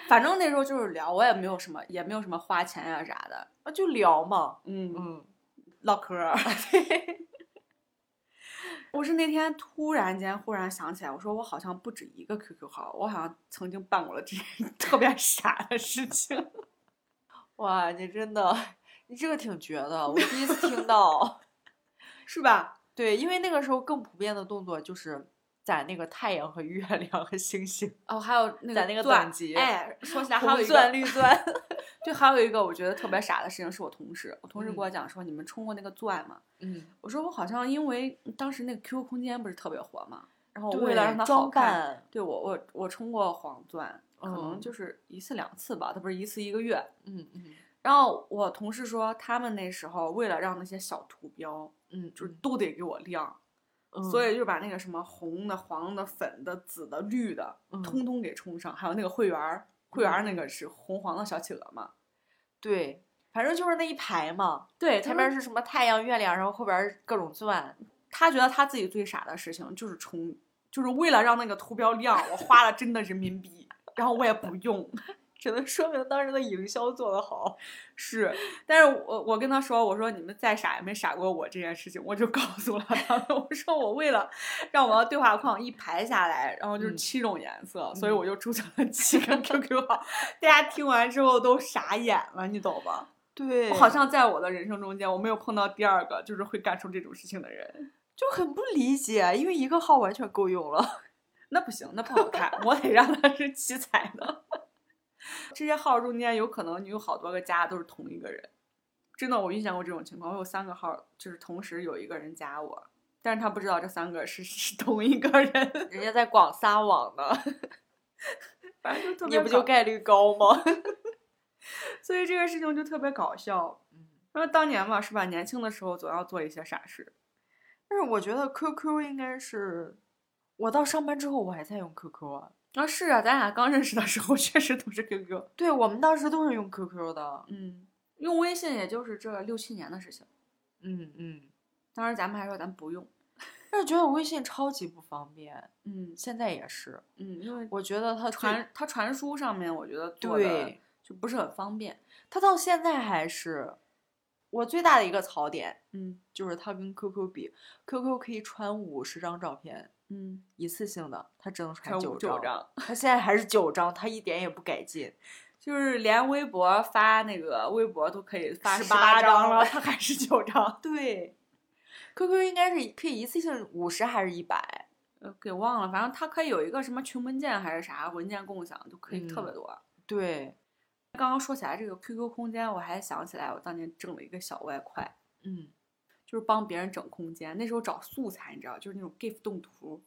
Speaker 1: 反正那时候就是聊，我也没有什么，也没有什么花钱呀、啥的，
Speaker 2: 啊，就聊嘛。
Speaker 1: 嗯，
Speaker 2: 嗯
Speaker 1: 唠嗑 儿。啊我是那天突然间忽然想起来，我说我好像不止一个 QQ 号，我好像曾经办过了这 特别傻的事情。
Speaker 2: 哇，你真的， 你这个挺绝的，我第一次 听到。
Speaker 1: 是吧？
Speaker 2: 对，因为那个时候更普遍的动作就是攒那个太阳和月亮和星星，
Speaker 1: 哦，还有那个
Speaker 2: 攒那个
Speaker 1: 钻
Speaker 2: 等级
Speaker 1: 哎，说起来还有
Speaker 2: 红
Speaker 1: 一
Speaker 2: 钻
Speaker 1: 个，
Speaker 2: 绿钻。
Speaker 1: 对，还有一个我觉得特别傻的事情是我同事，我同事跟
Speaker 2: 嗯
Speaker 1: 我讲说，你们充过那个钻吗？
Speaker 2: 嗯，
Speaker 1: 我说我好像因为当时那个 QQ 空间不是特别火嘛，然后我为
Speaker 2: 对
Speaker 1: 了让它好
Speaker 2: 装
Speaker 1: 看，
Speaker 2: 扮，
Speaker 1: 对我我我充过黄钻，可能
Speaker 2: 嗯
Speaker 1: 就是一次两次吧，它不是一次一个月。
Speaker 2: 嗯嗯
Speaker 1: 然后我同事说，他们那时候为了让那些小图标
Speaker 2: 嗯，
Speaker 1: 就是
Speaker 2: 嗯
Speaker 1: 都得给我亮，所
Speaker 2: 嗯
Speaker 1: 以就把那个什么红的、黄的、粉的、紫的、绿的，
Speaker 2: 嗯
Speaker 1: 通通给充上，还有那个会员儿。会员儿那
Speaker 2: 嗯
Speaker 1: 个是红黄的小企鹅嘛？
Speaker 2: 对，反正就是那一排嘛，
Speaker 1: 对，他
Speaker 2: 前面
Speaker 1: 们
Speaker 2: 是什么太阳、月亮，然后后边儿各种钻。
Speaker 1: 他觉得他自己最傻的事情就是充，就是为了让那个图标亮，我花了真的人民币，然后我也不用。
Speaker 2: 只能说明当时的营销做得好。
Speaker 1: 是，但是我我跟他说，我说你们再傻也没傻过我这件事情，我就告诉了他们，我说我为了让我的对话框一排下来，然后就是
Speaker 2: 嗯
Speaker 1: 七种颜色，所以
Speaker 2: 嗯
Speaker 1: 我就注册了七个 QQ 号，大家听完之后都傻眼了，你懂吗？
Speaker 2: 对
Speaker 1: 我好像在我的人生中间，我没有碰到第二个就是会干出这种事情的人，
Speaker 2: 就很不理解，因为一个号完全够用了。
Speaker 1: 那不行，那不好看，我得让他是七彩的。 这些号中间有可能你有好多个加都是同一个人，真的我遇见过这种情况。我有三个号，就是同时有一个人加我，但是他不知道这三个是 是同一个人，
Speaker 2: 人家在广撒网呢，
Speaker 1: 反正就特别
Speaker 2: 你不就
Speaker 1: 搞
Speaker 2: 概率高吗？
Speaker 1: 所以这个事情就特别搞笑。
Speaker 2: 嗯
Speaker 1: 因为当年嘛，是吧？年轻的时候总要做一些傻事。
Speaker 2: 但是我觉得 QQ 应该是，我到上班之后我还在用 QQ 啊。
Speaker 1: 啊，是啊，咱俩刚认识的时候 确实都是 QQ，
Speaker 2: 对我们当时都是用 QQ 的。
Speaker 1: 嗯，用微信也就是这六七年的事情。
Speaker 2: 嗯嗯，
Speaker 1: 当时咱们还说咱不用。
Speaker 2: 但是觉得微信超级不方便，
Speaker 1: 嗯
Speaker 2: 现在也是。
Speaker 1: 嗯，因为
Speaker 2: 我觉得它最
Speaker 1: 传它传输上面，我觉得做的
Speaker 2: 对，
Speaker 1: 就不是很方便。
Speaker 2: 它到现在还是我最大的一个槽点，
Speaker 1: 嗯
Speaker 2: 就是它跟 QQ 比，QQ 可以传五十张照片。
Speaker 1: 嗯，
Speaker 2: 一次性的，它只能传
Speaker 1: 传
Speaker 2: 九
Speaker 1: 五九
Speaker 2: 张，
Speaker 1: 张，
Speaker 2: 它现在还是九张，它一点也不改 进。
Speaker 1: 就是连微博发那个微博都可以发
Speaker 2: 18
Speaker 1: 张
Speaker 2: 张
Speaker 1: 了，
Speaker 2: 了
Speaker 1: 它还是九 张。
Speaker 2: 对，QQ 应该是可以一次性五十还是一百？
Speaker 1: 呃，给忘了，反正它可以有一个什么群文件还是啥文件共享，就可以特别
Speaker 2: 嗯
Speaker 1: 多。
Speaker 2: 对，
Speaker 1: 刚刚说起来这个 QQ 空间，我还想起来我当年挣了一个小外快，
Speaker 2: 嗯，
Speaker 1: 就是帮别人整空间。那时候找素材，你知道，就是那种 GIF 动图，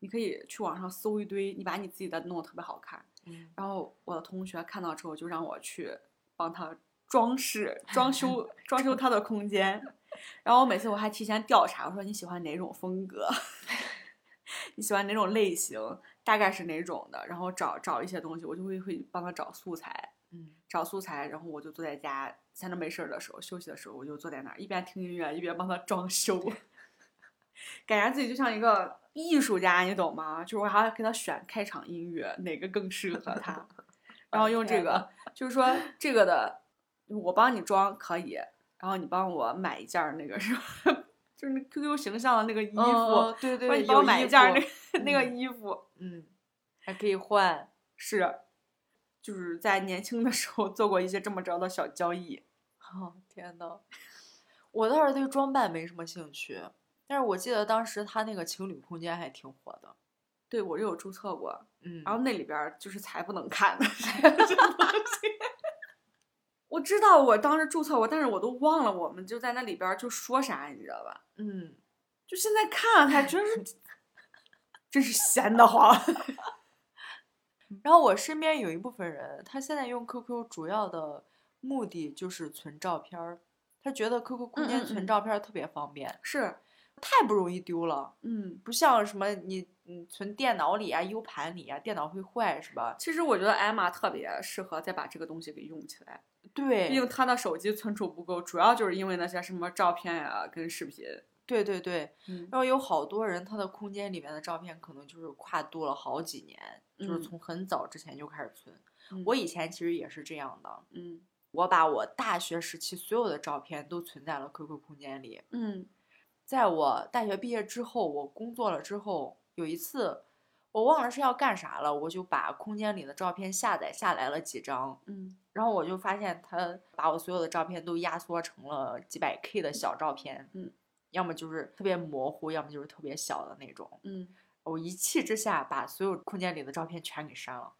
Speaker 1: 你可以去网上搜一堆，你把你自己的弄得特别好看。
Speaker 2: 嗯
Speaker 1: 然后我的同学看到之后，就让我去帮他装饰、装修、装修他的空间。然后我每次我还提前调查，我说你喜欢哪种风格， 你喜欢哪种类型，大概是哪种的，然后找找一些东西，我就会会帮他找素材。
Speaker 2: 嗯，
Speaker 1: 找素材，然后我就坐在家闲着没事儿的时候，休息的时候，我就坐在那儿一边听音乐一边帮他装修， 感觉自己就像一个艺术家，你懂吗？就是我还要给他选开场音乐哪个更适合 他，然
Speaker 2: 哦
Speaker 1: 后用这个，就是说这个的我帮你装可以，然后你帮我买一件儿那个是吧？ 就是那 QQ 形象的那个衣
Speaker 2: 衣
Speaker 1: 服，
Speaker 2: 服，嗯对
Speaker 1: 说
Speaker 2: 对，
Speaker 1: 你帮我
Speaker 2: 有
Speaker 1: 买
Speaker 2: 衣
Speaker 1: 一件儿那
Speaker 2: 服
Speaker 1: 个、那个
Speaker 2: 嗯
Speaker 1: 衣服。
Speaker 2: 嗯，还可以换，
Speaker 1: 是，就是在年轻的时候做过一些这么着的小交易。
Speaker 2: 哦，天呐， 我倒是对装扮没什么兴趣，但是我记得当时他那个情侣空间还挺火的，
Speaker 1: 对，我就有注册过，
Speaker 2: 嗯
Speaker 1: 然后那里边儿就是才不能看的 这些东西。我知道我当时注册过，但是我都忘了我们就在那里边儿就说啥，你知道吧？
Speaker 2: 嗯，
Speaker 1: 就现在看了才真是，真是闲得慌。
Speaker 2: 然后我身边有一部分人，他现在用 QQ 主要的目的就是存照片儿，他觉得 QQ 空
Speaker 1: 嗯嗯
Speaker 2: 间存
Speaker 1: 嗯
Speaker 2: 照片儿特别方便，
Speaker 1: 是，
Speaker 2: 太不容易丢了。
Speaker 1: 嗯，
Speaker 2: 不像什么你你存电脑里啊、U 盘里啊，电脑会坏是吧？
Speaker 1: 其实我觉得艾玛特别适合再把这个东西给用起来，毕
Speaker 2: 对
Speaker 1: 竟她的手机存储不够，主要就是因为那些什么照片呀、跟视频。
Speaker 2: 对对对，
Speaker 1: 嗯
Speaker 2: 然后有好多人他的空间里面的照片可能就是跨度了好几年，就是
Speaker 1: 嗯
Speaker 2: 从很早之前就开始存。
Speaker 1: 我
Speaker 2: 我
Speaker 1: 以
Speaker 2: 以前其实也是这样的，
Speaker 1: 嗯
Speaker 2: 我把我大学时期所有的照片都存在了 QQ 空间里。
Speaker 1: 嗯
Speaker 2: 在我大学毕业之后，我工作了之后，有一次我忘了是要干啥了，我就把空间里的照片下载下来了几张，
Speaker 1: 嗯
Speaker 2: 然后我就发现他把我所有的照片都压缩成了几百 K 的小照片，
Speaker 1: 嗯，
Speaker 2: 要么就是特别模糊，要么就是特别小的那种。
Speaker 1: 嗯，
Speaker 2: 我一气之下把所有空间里的照片全给删了，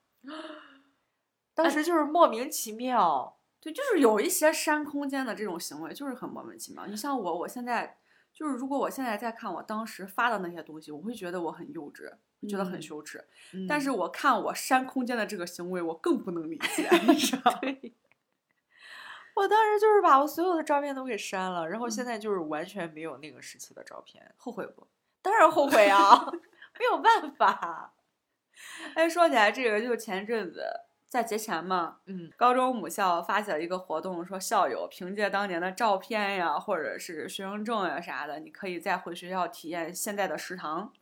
Speaker 2: 当时啊就是莫名其妙。
Speaker 1: 对，就是有一些删空间的这种行为，就是很莫名其妙。你像我，我现在就是如果我现在再看我当时发的那些东西，我会觉得我很幼稚，会觉得很
Speaker 2: 嗯
Speaker 1: 羞耻。
Speaker 2: 嗯
Speaker 1: 但是我看我删空间的这个行为，我更不能理解， 你知 道吗？
Speaker 2: 我当时就是把我所有的照片都给删了，然后现
Speaker 1: 嗯
Speaker 2: 在就是完全没有那个时期的照片，
Speaker 1: 后悔不？
Speaker 2: 当然后悔 啊，没有办法。
Speaker 1: 哎，说起来这个，就前阵子在节前嘛，
Speaker 2: 嗯
Speaker 1: 高中母校发起了一个活动，说校友凭借当年的照片呀，或者是学生证呀啥的，你可以再回学校体验现在的食堂。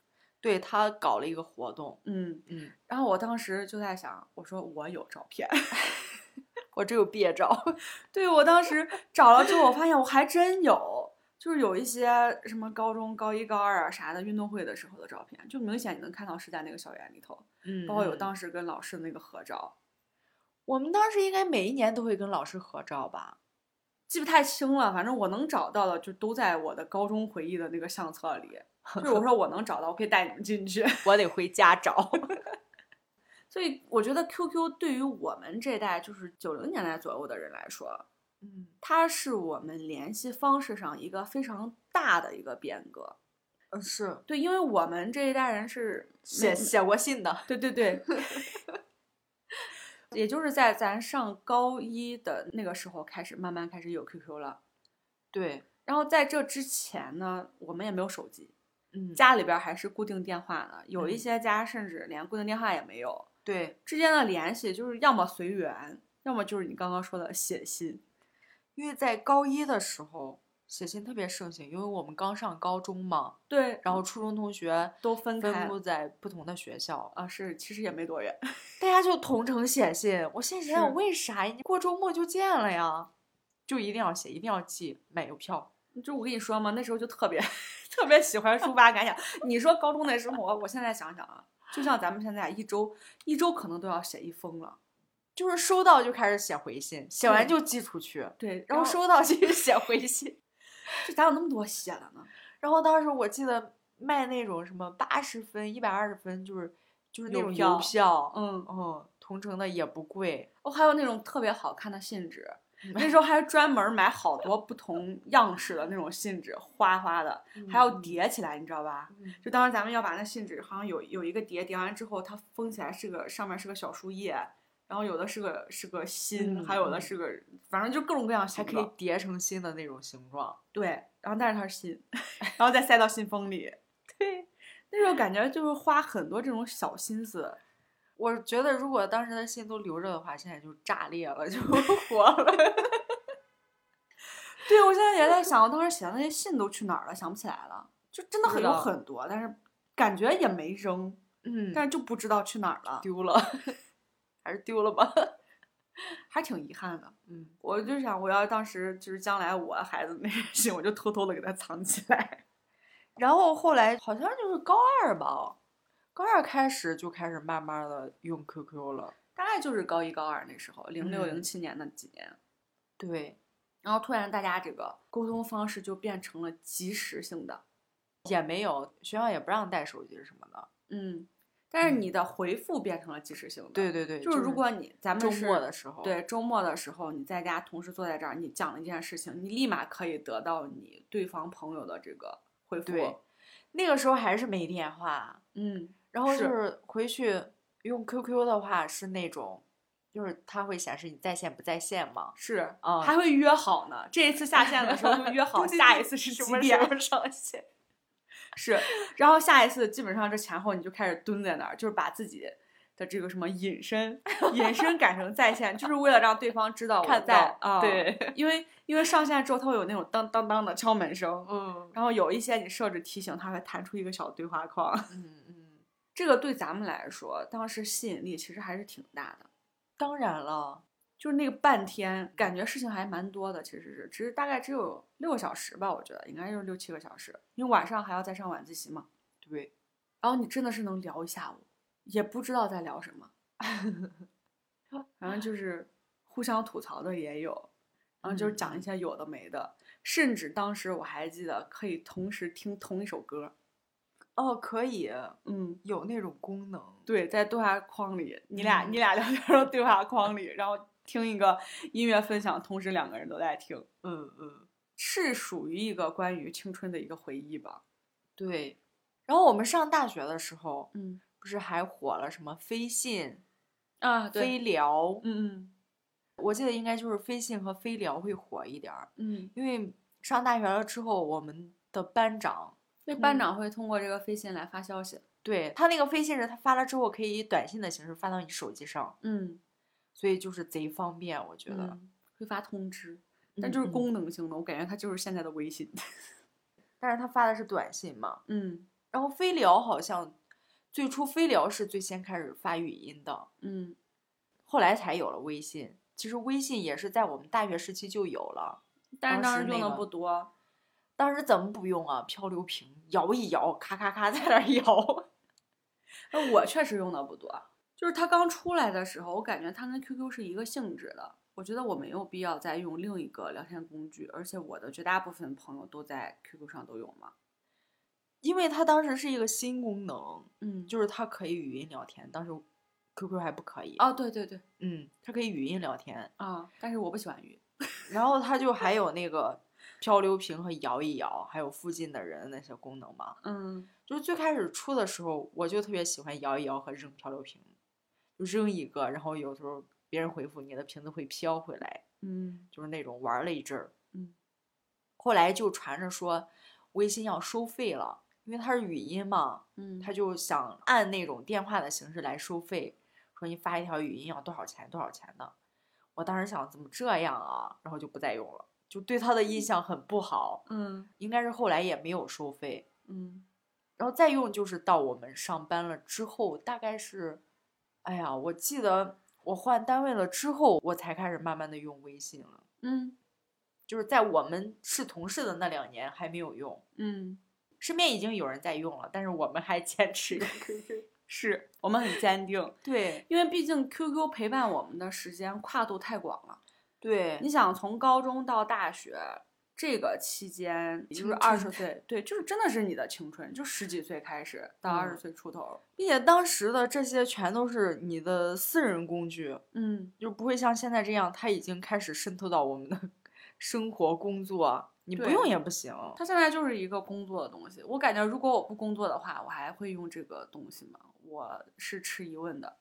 Speaker 2: 对他搞了一个活动，
Speaker 1: 嗯，
Speaker 2: 嗯，
Speaker 1: 然后我当时就在想，我说我有照片，
Speaker 2: 我只有毕业照。
Speaker 1: 对我当时找了之后，我发现我还真有，就是有一些什么高中高一高二啊啥的运动会的时候的照片，就明显你能看到是在那个校园里头，
Speaker 2: 嗯
Speaker 1: 包括有
Speaker 2: 嗯
Speaker 1: 当时跟老师的那个合照，
Speaker 2: 我们当时应该每一年都会跟老师合照吧？
Speaker 1: 记不太清了，反正我能找到的就都在我的高中回忆的那个相册里。就是我说我能找到，我可以带你们进去。
Speaker 2: 我得回家找。
Speaker 1: 所以我觉得 QQ 对于我们这代就是九零年代左右的人来说，
Speaker 2: 嗯，
Speaker 1: 它是我们联系方式上一个非常大的一个变革。
Speaker 2: 呃是
Speaker 1: 对，因为我们这一代人是
Speaker 2: 写
Speaker 1: 没
Speaker 2: 写过信的。
Speaker 1: 对对对， 也就是在咱上高一的那个时候开始，慢慢开始有 QQ 了。
Speaker 2: 对，
Speaker 1: 然后在这之前呢，我们也没有手机，
Speaker 2: 嗯，
Speaker 1: 家里边儿还是固定电话呢，有一
Speaker 2: 嗯
Speaker 1: 些家甚至连固定电话也没有，
Speaker 2: 对，
Speaker 1: 之间的联系就是要么随缘，要么就是你刚刚说的写信。
Speaker 2: 因为在高一的时候写信特别盛行，因为我们刚上高中嘛，
Speaker 1: 对，然
Speaker 2: 然
Speaker 1: 后
Speaker 2: 后初中同学
Speaker 1: 都嗯分
Speaker 2: 分
Speaker 1: 开
Speaker 2: 布在不同的学校，
Speaker 1: 啊，是其实也没多远。
Speaker 2: 大家就同城写信。我现在想
Speaker 1: 是
Speaker 2: 想，为啥呀？你过周末就见了呀？就一定要写，一定要寄，买邮票。
Speaker 1: 就我跟你说嘛，那时候就特别 特别喜欢抒发感想。你说高中那生活，我现在想想啊，就像咱们现在一周一周可能都要写一封了。
Speaker 2: 就是收到就开始写回信，写完
Speaker 1: 对
Speaker 2: 就寄出去，
Speaker 1: 对，
Speaker 2: 然后
Speaker 1: 说
Speaker 2: 收到继续写回信。
Speaker 1: 这咋有那么多写的呢？
Speaker 2: 然后当时我记得卖那种什么八十分、一百二十分，就是就是那
Speaker 1: 邮
Speaker 2: 种
Speaker 1: 票
Speaker 2: 邮票，
Speaker 1: 嗯，
Speaker 2: 嗯，同城的也不贵。
Speaker 1: 我、还有那种特别好看的信 纸，那时候还专门买好多不同样式的那种信纸，花花的，还要
Speaker 2: 嗯
Speaker 1: 叠起来，你知道吧？
Speaker 2: 嗯
Speaker 1: 就当时咱们要把那信纸，好像有有一个叠叠完之后，它封起来是个上面是个小树叶，然后有的是个是个心，
Speaker 2: 嗯
Speaker 1: 还有的
Speaker 2: 嗯
Speaker 1: 是个，反正就各种各样
Speaker 2: 还
Speaker 1: 形
Speaker 2: 可以
Speaker 1: 状。
Speaker 2: 叠成新的那种形状。
Speaker 1: 对，然后但是它是信，然后再塞到信封里。 对，那时候感觉就是花很多这种小心思。
Speaker 2: 我觉得如果当时的信都留着的话，现在就炸裂了，就 火了。
Speaker 1: 对我现在也在想，我当时写的那些信都去哪儿了，想不起来了。就真的
Speaker 2: 不
Speaker 1: 很
Speaker 2: 知
Speaker 1: 有
Speaker 2: 道
Speaker 1: 很多，但是感觉也没扔，
Speaker 2: 嗯，
Speaker 1: 但是就不知道去哪儿了，
Speaker 2: 丢了， 还是丢了吧。
Speaker 1: 还挺遗憾的。
Speaker 2: 嗯，
Speaker 1: 我就想，我要当时就是将来我孩子那些信，我就偷偷的给他藏起来。
Speaker 2: 然后后来好像就是高二吧，高二开始就开始慢慢的用 QQ 了。
Speaker 1: 大概就是高一高二那时候，零六零
Speaker 2: 嗯
Speaker 1: 七年那几年，
Speaker 2: 对，
Speaker 1: 然后突然大家这个沟通方式就变成了即时性的，
Speaker 2: 也没有学校也不让带手机什么的。
Speaker 1: 嗯，但是你的回复变成了即时性的，
Speaker 2: 对，对对，
Speaker 1: 就是如果你咱们
Speaker 2: 周
Speaker 1: 是
Speaker 2: 末的时候，，
Speaker 1: 对周末的时候，你在家同时坐在这儿，你讲了一件事情，你立马可以得到你对方朋友的这个回复，
Speaker 2: 对那个时候还是没电话，
Speaker 1: 嗯，
Speaker 2: 然后
Speaker 1: 是
Speaker 2: 就是回去用 QQ 的话是那种，就是它会显示你在线不在线嘛。
Speaker 1: 是，
Speaker 2: 啊、
Speaker 1: 还会约好呢。这一次下线的时候就约 好，
Speaker 2: 对对
Speaker 1: 下
Speaker 2: 对
Speaker 1: 一次是
Speaker 2: 什
Speaker 1: 几
Speaker 2: 么时
Speaker 1: 点？
Speaker 2: 候上线？
Speaker 1: 是，然后下一次基本上这前后你就开始蹲在那儿，就是把自己的这个什么隐身，隐身改成在线，就是为了让对方知道我
Speaker 2: 看到
Speaker 1: 在啊。，
Speaker 2: 对，
Speaker 1: 因为因为上线之后它会有那种当当当的敲门 声，
Speaker 2: 嗯
Speaker 1: 然后有一些你设置提醒，它会弹出一个小对话框。
Speaker 2: 嗯嗯，
Speaker 1: 这个对咱们来说，当时吸引力其实还是挺大的。
Speaker 2: 当然了，
Speaker 1: 就是那个半天，感觉事情还蛮多的，其实是，只是大概只有六个小时吧，我觉得应该就是六七个小时，因为晚上还要再上晚自习嘛。
Speaker 2: 对，
Speaker 1: 然后你真的是能聊一下午，也不知道在聊什么，反正就是互相吐槽的也有，然后就是讲一
Speaker 2: 嗯
Speaker 1: 些有的没的，甚至当时我还记得可以同时听同一首歌，
Speaker 2: 哦，可以
Speaker 1: 嗯。
Speaker 2: 有那种功能，
Speaker 1: 对，在对话框里，你俩、
Speaker 2: 嗯
Speaker 1: 你俩聊天的对话框里，然后听一个音乐分享，同时两个人都在听，
Speaker 2: 嗯嗯，
Speaker 1: 是属于一个关于青春的一个回忆吧。
Speaker 2: 对。然后我们上大学的时候，
Speaker 1: 嗯
Speaker 2: 不是还火了什么飞信、
Speaker 1: 啊，
Speaker 2: 飞，聊？
Speaker 1: 嗯
Speaker 2: 我记得应该就是飞信和飞聊会火一点儿，
Speaker 1: 嗯嗯，
Speaker 2: 因为上大学了之后，我们的班长
Speaker 1: 那
Speaker 2: 通
Speaker 1: 班长会通过这个飞信来发消息。
Speaker 2: 对他那个飞信是他发了之后可以以短信的形式发到你手机上，
Speaker 1: 嗯，
Speaker 2: 所以就是贼方便，我觉
Speaker 1: 觉
Speaker 2: 得。
Speaker 1: 得会发通知，但就是
Speaker 2: 嗯嗯
Speaker 1: 功能性的，我感觉它就是现在的微信。
Speaker 2: 但是他发的是短信嘛，
Speaker 1: 嗯
Speaker 2: 然后飞聊好像最初飞聊是最先开始发语音的，
Speaker 1: 嗯，
Speaker 2: 后来才有了微信。其实微信也是在我们大学时期就有了，
Speaker 1: 但是
Speaker 2: 当
Speaker 1: 当
Speaker 2: 时
Speaker 1: 时用
Speaker 2: 那
Speaker 1: 的
Speaker 2: 个
Speaker 1: 不多。
Speaker 2: 当时怎么不用啊？漂流瓶摇一摇，咔咔 咔在那儿摇。
Speaker 1: 那我确实用的不多，就是它刚出来的时候，我感觉它跟 QQ 是一个性质的。我觉得我没有必要再用另一个聊天工具，而且我的绝大部分朋友都在 QQ 上都有嘛。
Speaker 2: 因为它当时是一个新功能，
Speaker 1: 嗯就
Speaker 2: 就是它可以语音聊天，当时 QQ 还不可以。
Speaker 1: 哦，对对对，
Speaker 2: 嗯，它可以语音聊天，
Speaker 1: 啊，但是我不喜欢鱼。
Speaker 2: 然后它就还有那个漂流瓶和摇一摇，还有附近的人那些功能嘛。
Speaker 1: 嗯，
Speaker 2: 就是最开始出的时候，我就特别喜欢摇一摇和扔漂流瓶，就扔一个，然后有时候别人回复你的瓶子会飘回来，
Speaker 1: 嗯
Speaker 2: 就是那种玩儿了一阵儿。
Speaker 1: 嗯，
Speaker 2: 后来就传着说微信要收费了，因为它是语音嘛，
Speaker 1: 嗯
Speaker 2: 他就想按那种电话的形式来收费，说你发一条语音要多少钱多少钱的。我当时想怎么这样啊，然后就不再用了，就对他的印象很不好。
Speaker 1: 嗯
Speaker 2: 应该是后来也没有收费，
Speaker 1: 嗯
Speaker 2: 然后再用就是到我们上班了之后，大概是，哎呀，我记得我换单位了之后，我才开始慢慢的用微信了。
Speaker 1: 嗯
Speaker 2: 就是在我们是同事的那两年还没有用，
Speaker 1: 嗯，
Speaker 2: 身边已经有人在用了，但是我们还坚持用
Speaker 1: 嗯是我们很坚定，
Speaker 2: 对
Speaker 1: 因为毕竟 QQ 陪伴我们的时间跨度太广了。
Speaker 2: 对
Speaker 1: 你想从高中到大学这个期间，也就是
Speaker 2: 青春
Speaker 1: 二十岁，对，就是真的是你的青春，就十几岁开始到
Speaker 2: 嗯
Speaker 1: 二十岁出头。
Speaker 2: 并且当时的这些全都是你的私人工具，
Speaker 1: 嗯
Speaker 2: 就不会像现在这样，它已经开始渗透到我们的 生活、工作，啊你不
Speaker 1: 对
Speaker 2: 用也不行。
Speaker 1: 它现在就是一个工作的东西。我感觉如果我不工作的话，我还会用这个东西吗？我是持疑问的。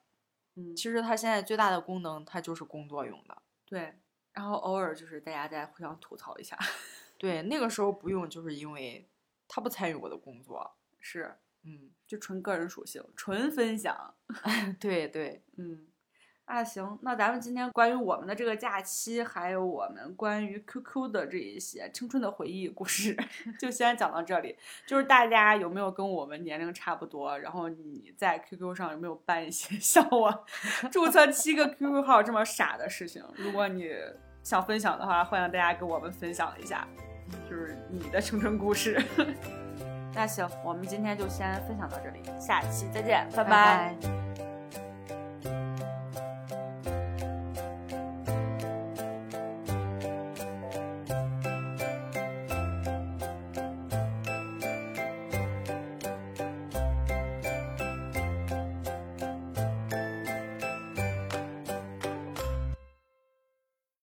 Speaker 1: 嗯，
Speaker 2: 其实它现在最大的功能，它就是工作用的。
Speaker 1: 对。然后偶尔就是大家再互相吐槽一下，
Speaker 2: 对，那个时候不用，就是因为它不参与我的工作。
Speaker 1: 是
Speaker 2: 嗯，
Speaker 1: 就纯个人属性，纯分享。
Speaker 2: 对对，
Speaker 1: 嗯，那行，那咱们今天关于我们的这个假期，还有我们关于 QQ 的这一些青春的回忆故事， 就先讲到这里。就是大家有没有跟我们年龄差不多？然后你在 QQ 上有没有办一些 像我注册七个 QQ 号这么傻的事情？如果你想分享的话，欢迎大家跟我们分享一下，就是你的青春故事。 那行，我们今天就先分享到这里，下期再见，拜
Speaker 2: 拜拜